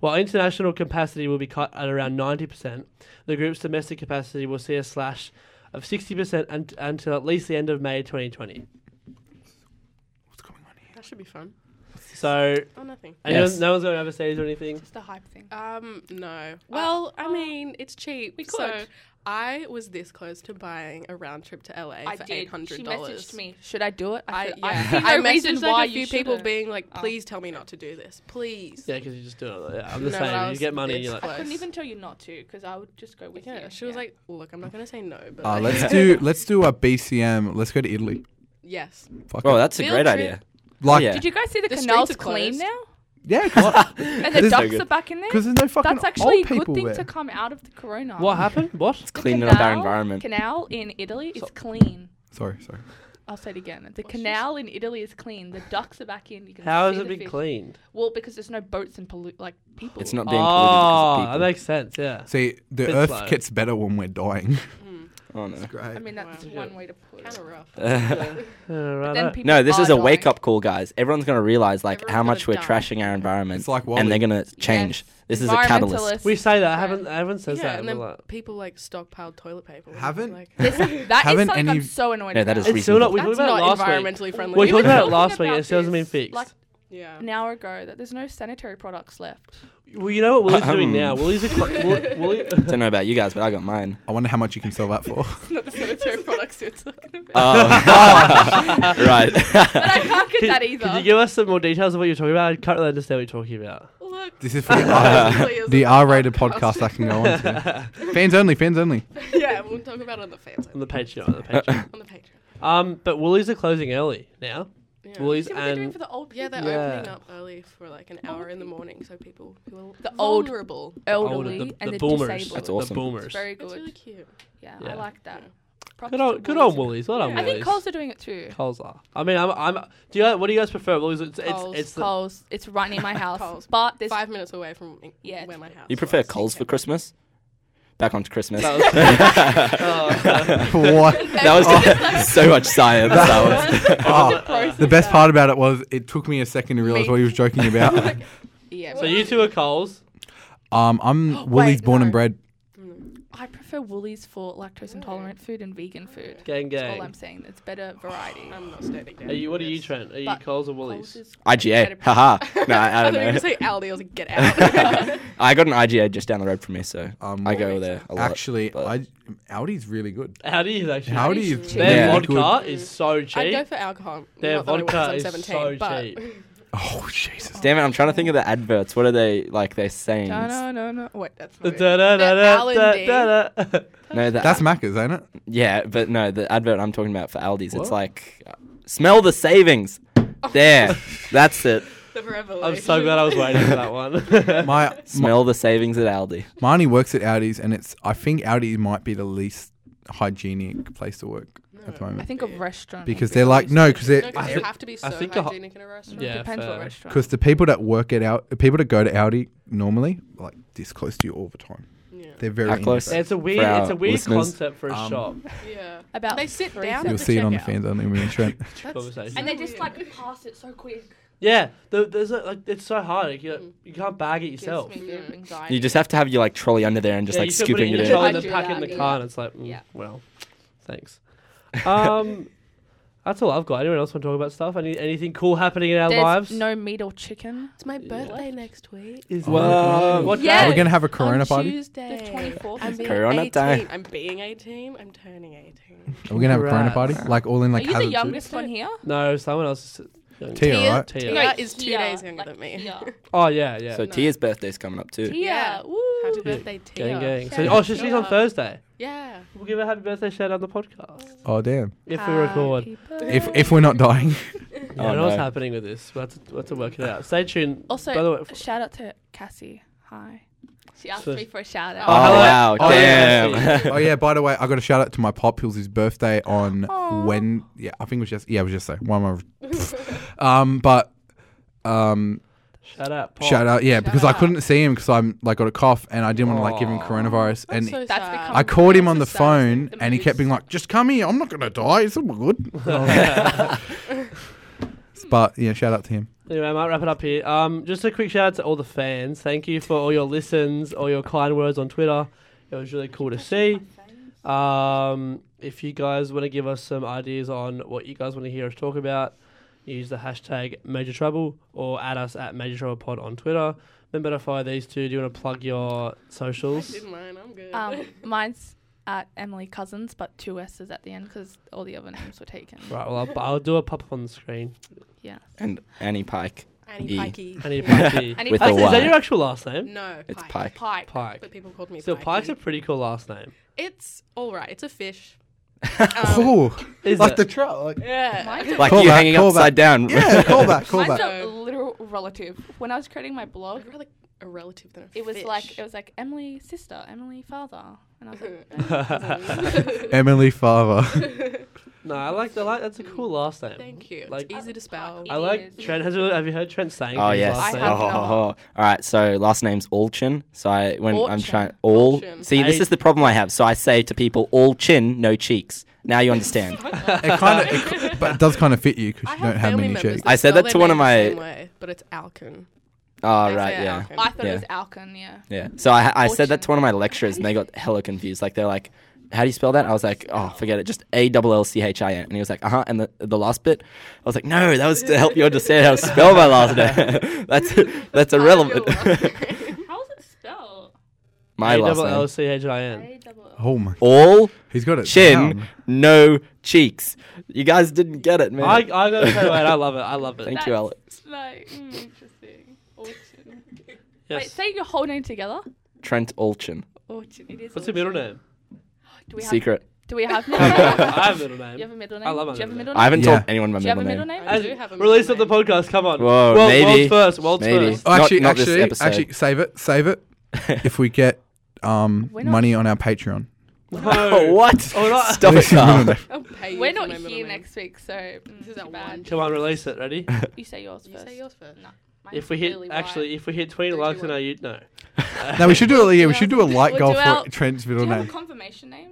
A: While international capacity will be cut at around 90%, the group's domestic capacity will see a slash of 60% un- until at least the end of May 2020.
B: What's going on here?
C: That should be fun.
A: So
C: Oh, nothing.
A: anyone,
E: Yes.
A: no one's going overseas or anything.
D: Just a hype thing.
C: Um, no. Uh, Well, I mean, it's cheap.
D: We
C: So
D: could.
C: I was this close to buying a round trip to LA
D: I
C: for
D: did.
C: eight hundred
D: She
C: dollars.
D: messaged me. Should I do it?
C: I
D: said,
C: yeah.
D: see no
C: I,
D: reason
C: messaged
D: why
C: like a
D: you
C: few people
D: shouldn't.
C: being like,
D: Oh.
C: "Please tell me not to do this, please."
A: Yeah, because you just do it. Yeah, I'm the
C: No, I
A: same. You
C: was
A: get money and you're
C: this
A: like,
D: I couldn't
C: Close.
D: even tell you not to because I would just go with
C: Yeah,
D: you.
C: she was
D: Yeah.
C: like, "Look, I'm not gonna say no, but
B: Uh,
C: like,
B: let's do let's do a BCM. Let's go to Italy.
C: yes."
B: Fuck
E: Well,
B: it.
E: that's a
C: Field
E: great
C: trip.
E: idea.
B: like
E: yeah.
D: Did you guys see the,
C: The
D: canals
C: streets are
D: clean
C: closed.
D: now?
B: yeah, 'cause-
D: And
B: It
D: the
B: is so
D: ducks
E: good.
D: are back in there?
B: Because there's no fucking
D: That's actually a
B: old
D: good
B: people
D: thing
B: there.
D: to come out of the corona.
A: what happened? What?
D: The
E: Cleaning up our
D: canal-
E: environment.
D: Canal in Italy is
A: So-
D: clean.
B: sorry, sorry.
D: I'll say it again. The
C: What's she
D: canal in Italy is clean. The ducks are back in. You can
A: How
D: see
A: has it
D: the
A: been
D: fish.
A: cleaned?
D: Well, because there's no boats and pollu- like people.
E: It's not being
B: Ah,
A: Oh, that
E: polluted because
A: makes sense. Yeah.
B: See, the
A: Bit
B: Earth
A: slow.
B: gets better when we're dying.
C: Mm.
E: of people. Oh,
D: I
B: Great.
D: mean, that's
A: Wow.
D: one way to put
C: Kind
D: it.
C: of rough.
E: no.
A: Uh,
D: Then
A: righto.
D: people
E: no, this
D: are
E: is a
D: dying.
E: wake up call, guys. Everyone's going to realize like how
C: Everyone's
E: much we're
C: gonna die.
E: trashing our environment,
B: It's like
E: and they're
B: Wally.
E: going to change. This is a catalyst.
D: Environmentalists.
A: We say that. I haven't. I haven't said
C: yeah,
A: that.
C: and
A: in a
C: then
A: lot.
C: people like stockpiled toilet paper.
B: Haven't-
C: Like,
D: This- that is
B: Haven't
D: something
B: any-
D: I'm so annoyed
E: Yeah, that
D: about.
E: is
A: It's still not. We talked
C: that's
A: about it
C: not
A: last week.
C: environmentally friendly.
A: We
D: were
A: talked about it
D: talking
A: last week.
D: about
A: It still hasn't been
D: this,
A: fixed.
D: like-
C: yeah.
D: An hour ago, that there's no sanitary products left.
A: well, you know what Willie's doing
E: Um.
A: now. Willie's a. Cl- Will- Willie-
E: Don't know about you guys, but I got mine.
B: I wonder how much you can sell that for.
C: It's not the sanitary products you're talking about.
E: Oh. right.
D: But I can't get that
A: Could you
D: either.
A: give us some more details of what you're talking about? I can't really understand what you're talking about.
C: Look,
B: This is for the,
C: Honestly,
B: R-
C: it's
B: the
C: a
B: R-rated
C: podcast.
B: podcast I can go on to. Fans only. Fans only.
C: yeah, we'll talk about it on the fans
A: On the Patreon. On the Patreon.
C: on the Patreon.
A: um, but Woolies are closing early now.
C: Yeah.
A: Woolies
D: See what they're doing
A: and
D: for the old
C: Yeah,
D: people?
C: they're
A: Yeah.
C: opening up early for like an hour in the morning, so people who are
D: The old
C: vulnerable.
A: older-
D: elderly
A: the,
D: and
A: the
D: the
A: boomers.
D: disabled.
E: That's awesome.
A: The boomers.
D: It's very
C: It's
D: good.
C: really cute.
D: yeah,
A: Yeah.
D: I like that. Props
A: Good
D: to
A: old, good
D: Woolies.
A: old Woolies. Well done,
D: I think
A: Woolies.
D: Coles are doing it too.
A: Coles are. I mean, I'm. I'm. Do you? guys- What do you guys prefer? Woolies. It's. It's.
C: Coles.
A: it's the,
D: Coles. It's right near my house.
C: Coles.
D: But there's
C: Five minutes away from in-
D: Yeah,
C: where
D: it's-
C: my house.
E: You prefer
C: was.
E: Coles for Christmas? Back onto Christmas.
A: That was-
B: what?
E: That was so much science. That was.
B: Oh,
C: Process
B: the best
C: that.
B: part about it was it took me a second to realize what he was joking about.
D: yeah.
A: so you two are Coles.
B: Um, I'm Willie's
D: Wait,
B: born
D: no.
B: and bred.
D: I prefer Woolies for lactose intolerant food and vegan food.
A: Gang
D: That's all I'm
A: gang.
D: saying. It's better variety.
C: I'm not standing down.
A: Are you? What are
C: for
A: you,
C: this.
A: Trent? Are you
D: But
A: Coles or
D: Coles
A: Woolies?
D: is
E: IGA.
D: better-
E: Haha. No, Ah, I, I
C: thought you were
E: don't
C: gonna
E: know.
C: say Aldi. I was like, get out.
E: I got an IGA just down the road from me, so
B: Um,
E: I go there a lot.
B: actually,
E: but-
B: I, Audi's really good.
A: How do you actually?
B: How do you?
C: Audi's
A: Their
E: Yeah.
A: vodka
B: Good.
A: is so
C: I'd go
A: cheap.
C: for alcohol.
A: Their
C: Not that I want, 'cause
A: vodka
C: I'm
A: is
C: 17,
A: so
C: but
A: cheap.
B: Oh Jesus!
E: Damn it! I'm trying to think of the adverts. What are they like? They saying?
D: No, no, no, no. Wait, that's
A: Da-
D: not it.
A: da- da-
C: They're
A: da- da-
C: Allen
A: da- da.
E: No, the,
B: That's Macca's, ain't it?
E: yeah, but no, the advert I'm talking about for Aldi's. It's
A: What?
E: like, uh, smell the savings.
A: Oh.
E: There, that's it.
C: the revelation.
A: I'm so glad I was waiting for that one.
B: My, my
E: Smell the savings at Aldi.
B: Marnie works at Audi's, and it's I think Audi might be the least hygienic place to work at the
D: I
B: moment
D: think a restaurant. would
B: because
D: be
B: they're like
D: Woolies.
B: no, because
C: No,
B: they're
C: 'cause
A: I
C: you
A: think-
C: have to be so
A: think the ho-
C: hygienic in a restaurant.
A: Yeah,
D: Depends
A: fair.
D: what restaurant.
B: because the people that work at out the people that go to Audi normally like this close to you all the time.
C: Yeah.
B: They're very
E: How close?
B: intimate.
A: it's a weird.
E: our
A: It's a weird
E: listeners,
A: concept for a
B: um,
A: shop.
C: Yeah.
D: About
C: They sit
D: three
C: down
D: cents.
B: You'll
C: the
B: see it on the
C: checkout.
B: fans only when you Trent.
A: Conversation.
D: And they just like pass it so quick.
A: Yeah, th- there's a, like it's so hard. Like, you, you can't bag it yourself.
D: Gives me a bit of anxiety.
E: You just have to have your like trolley under there and just
A: yeah,
E: like
A: you still put
E: scooping
A: it
E: it
A: in.
E: in.
A: your trolley
D: I
A: and
D: do
A: then pack it in
D: that,
A: the
D: yeah.
A: car, and it's like, mm,
D: Yeah.
A: well, thanks. Um, that's all I've got. Anyone else want to talk about stuff? Any anything cool happening in our
D: There's
A: lives?
D: no meat or chicken.
C: It's my birthday
D: What?
C: next week.
A: Is
E: Whoa.
A: what
D: Yeah.
B: We're gonna have a Corona
C: on
B: party.
C: Tuesday.
D: The 24th
C: I'm
D: is
C: being
E: Corona
C: 18.
E: day.
C: I'm being 18. I'm turning 18.
B: We're gonna have a Corona party,
A: Congrats.
B: like all in
D: Are
B: like
D: you the
B: hazard suits.
D: youngest one here?
A: No, someone else. Is,
B: Tia, right?
A: Tia.
C: Tia is two
D: here,
C: days younger
D: like
C: than me.
D: here.
A: Oh yeah, yeah.
E: So
C: No.
E: Tia's birthday's coming up too.
D: Yeah. Woo.
C: Happy
A: Yeah.
C: birthday, Tia.
A: gang, gang. So,
D: Shout
A: oh,
D: out
A: so she's
C: Tia.
A: on Thursday.
C: Yeah.
A: We'll give her a happy birthday shout out on the podcast
B: Oh damn!
A: if we record.
B: If if we're not
A: I
B: dying,
E: Oh,
A: don't know what's
E: no.
A: happening with this. We'll have to, we'll have to work it out. Stay tuned.
D: Also,
A: by the way, f-
D: shout out to Cassie. Hi. She asked
A: So-
D: me for a shout
E: Oh,
D: out.
C: Uh,
A: Oh, hello.
E: wow!
A: Oh, yeah,
E: damn.
B: oh yeah. By the way, I got a shout out to my pop. It was his birthday on
D: Aw.
B: when? Yeah, I think it was just. Yeah, it was just so. Why am I? um, but um,
A: shout out. Pop.
B: shout out. Yeah,
C: Shout
B: because I
C: out.
B: couldn't see him because I'm like got a cough and I didn't want to like give him
E: Aw.
B: coronavirus
C: I'm
B: and.
C: so
D: That's
C: sad.
D: become-
B: I called him
D: That's
B: on the
D: the saddest
B: phone
D: thing, the
B: and he kept
D: most-
B: being like, "Just come here. I'm not gonna die. It's all good." but yeah, shout out to him.
A: Anyway, I might wrap it up here. Um, just a quick shout out to all the fans. Thank you for all your listens, all your kind words on Twitter. It was really cool to see. Um, if you guys want to give us some ideas on what you guys want to hear us talk about, use the hashtag Major Trouble or add us at Major Trouble Pod on Twitter. Remember to follow these two. Do you want to plug your
C: I
A: socials?
C: did mine. I'm good.
D: Um, mine's at Emily Cousins, but two S's at the end because all the other names were taken.
A: Right, well, I'll, I'll do a pop up on the screen.
D: Yeah.
E: and Annie Pike.
C: Annie
E: E.
C: Pikey.
A: I need Pikey.
D: I need
E: With
A: Actually,
E: a
A: is that
E: Y.
A: your actual last name?
C: No.
E: It's Pike.
C: Pike. Pike.
A: Pike.
C: But people called me
A: Still,
C: Pikey.
A: Pike's a pretty cool last name.
C: It's all right. It's a fish. Um,
B: oh,
A: Is
B: like
A: it?
B: the trout. Like,
C: Yeah.
D: Mine's a,
E: Like
B: Call
E: you
B: back,
E: hanging
B: call back.
E: upside down.
B: yeah, call back, call
D: mine's
B: back.
D: a literal relative. When I was creating my blog,
C: I'd rather a relative than a
D: it was
C: fish.
D: like it was like Emily sister, Emily father, and I was like,
B: Emily Father.
A: No, I like the like. That's a cool last name.
C: Thank you.
A: Like-
C: it's easy to spell.
A: I like
D: is.
A: Trent. Has you, have you heard Trent saying?
E: Oh
A: his
E: yes.
A: Last
D: I
A: name?
D: have
E: Oh,
D: not.
E: ho, ho. All right. So last name's Allchin. So I when I'm
D: Allchin.
E: trying all.
C: Allchin.
E: See,
A: I-
E: this is the problem I have. So I say to people, all chin, no cheeks. Now you understand. Oh,
B: it kind of, but it does kind of fit you because
C: I
B: you don't have
C: family
B: many
C: members
B: cheeks.
E: I said
C: spell
E: that
C: their
E: to one of
C: name the
E: my-
C: same way, but it's Alkin.
E: Oh
C: They
E: right,
C: say
E: yeah,
C: Alkin.
D: I thought
E: Yeah.
D: it was Alkin, yeah.
E: yeah. So I I said that to
D: Allchin.
E: one of my lecturers, and they got hella confused. Like they're like. How do you spell that? I was like, oh, forget it. Just A double L C H I N. And he was like, uh huh. And the, the last bit, I was like, no, that was to help you understand how to spell my last name. that's that's irrelevant.
D: How is it spelled?
E: my last name.
A: A-double-L-C-H-I-N.
B: Oh my!
E: All
B: He's got it.
E: chin,
B: down.
E: no cheeks. You guys didn't get it, man.
A: I I gotta tell you, what, I love it. I love it.
E: Thank you, Alex.
D: Like, mm, interesting. Orchin. Wait,
A: Yes.
D: say your whole name together.
E: Trent Olchin.
D: Orchin. It is.
A: What's your middle
D: Orchin.
A: name?
D: Do we have,
E: Secret.
D: Do we have middle name?
A: I have a middle
D: Do you
A: name.
D: have a middle
A: I
D: name?
A: love my
D: Do you have
A: middle
D: a middle
E: I
D: name?
E: haven't
B: Yeah.
E: told anyone my
D: Do you have
E: middle
D: a middle
E: name.
D: name?
C: I
A: As-
C: do have a middle
A: Release of the
C: name.
A: podcast. Come on.
E: Whoa,
A: World,
E: maybe.
A: World's first. World's
E: Maybe.
A: first.
B: Oh, actually,
E: Not- not this
B: actually,
E: episode.
B: actually, save it, save it. if we get um
D: We're not-
B: money on our Patreon,
A: No.
E: Oh, what?
A: Oh, no.
E: Stop it, Carl.
C: I'll pay you
D: We're
C: for
D: not
C: my middle
D: here
C: name.
D: next week, so mm,
C: This is
D: too
C: our
D: bad.
C: one.
A: Come on, release it. Ready?
D: You say yours
C: You
D: first.
C: say yours first.
D: No. Mine's
A: if we hit,
D: really
A: actually,
D: wide.
A: if we hit 20
C: Don't
A: likes,
C: do
A: then
C: one.
A: I you no.
B: Now we should do a yeah, we should do a
D: We'll
B: light
D: do
B: goal for
D: our-
B: Trent's
D: Do
B: middle
D: you have a
B: name.
D: confirmation name?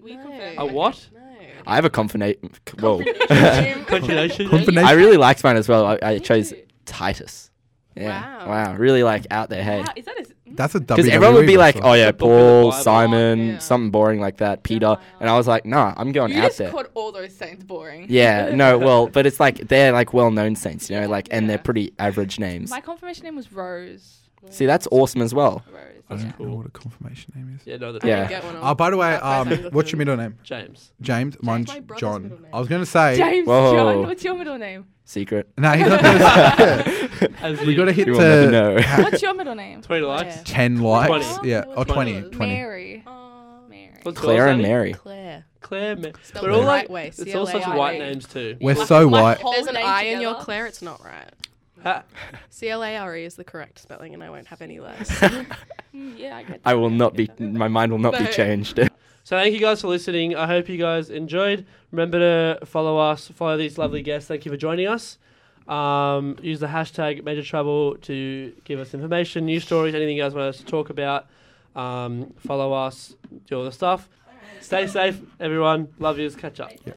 D: Will you
C: No.
D: confirm?
A: A
C: Okay.
A: what?
C: No.
E: I have a confident. Whoa.
D: Confirmation.
A: Continuation.
B: Confirmation.
E: I really liked mine as well. I, I
D: Me
E: chose
D: too.
E: Titus. Yeah.
C: Wow.
E: Wow. Really like out there, hey.
D: Wow, is that a, mm,
B: That's a E WWE.
E: Because everyone would be like,
B: wrestler.
E: oh yeah,
A: The book of the
E: Paul,
A: Bible.
E: Simon,
C: Yeah.
E: something boring like that, Peter.
D: Yeah.
E: And I was like, nah, I'm going
D: you
E: out
D: just
E: there.
D: called all those saints boring.
E: yeah, no, well, but it's like they're like well known saints, you know,
D: Yeah,
E: like, and they're
D: yeah.
E: pretty average names.
D: My confirmation name was Rose.
E: See, that's awesome as well.
D: Rose.
B: I don't
D: yeah.
B: know what a confirmation name is.
A: Yeah, no, that's
C: I
E: Yeah.
C: didn't get one
B: Oh, by the way,
C: Uh,
B: um,
C: first name,
B: what's
C: that's
B: your
C: it.
B: middle name?
A: James.
B: James. Mine's
C: my brother's middle
B: John.
C: name.
B: I was gonna say.
D: James
E: Whoa.
D: John. What's your middle name?
E: Secret.
B: Nah, he's not gonna say.
A: As
B: We gotta hit
E: You will never
B: to
E: know.
D: What's your middle name?
A: 20 likes.
C: Yeah.
B: ten likes.
A: Twenty.
B: Yeah, or twenty.
C: Twenty.
B: Twenty.
D: Mary.
C: Oh,
D: Mary.
A: What's
E: Claire
A: yours,
E: and
A: Annie?
E: Mary.
C: Claire.
A: Claire, Mary.
C: Spelled
A: We're
C: the
A: all
C: right
A: like,
C: way.
A: it's all such
D: C-L-A-I-R-E.
A: white names too.
B: We're
D: My-
B: so
D: my
B: white.
D: whole
C: E. There's an
D: name
C: I in your
D: together.
C: Claire. It's not right.
A: Ha.
C: C L A R E is the correct spelling, and I won't have any less.
D: Mm, yeah, I get
E: I
D: that,
E: will
D: get
E: not be,
D: that.
E: my mind will not be
C: No.
E: changed.
A: So thank you guys for listening. I hope you guys enjoyed. Remember to follow us, follow these lovely guests. Thank you for joining us. Um, use the hashtag Major Trouble to give us information, news stories, anything you guys want us to talk about. Um, follow us, do all the stuff. Stay safe, everyone. Love yous. Catch up.
B: Yeah.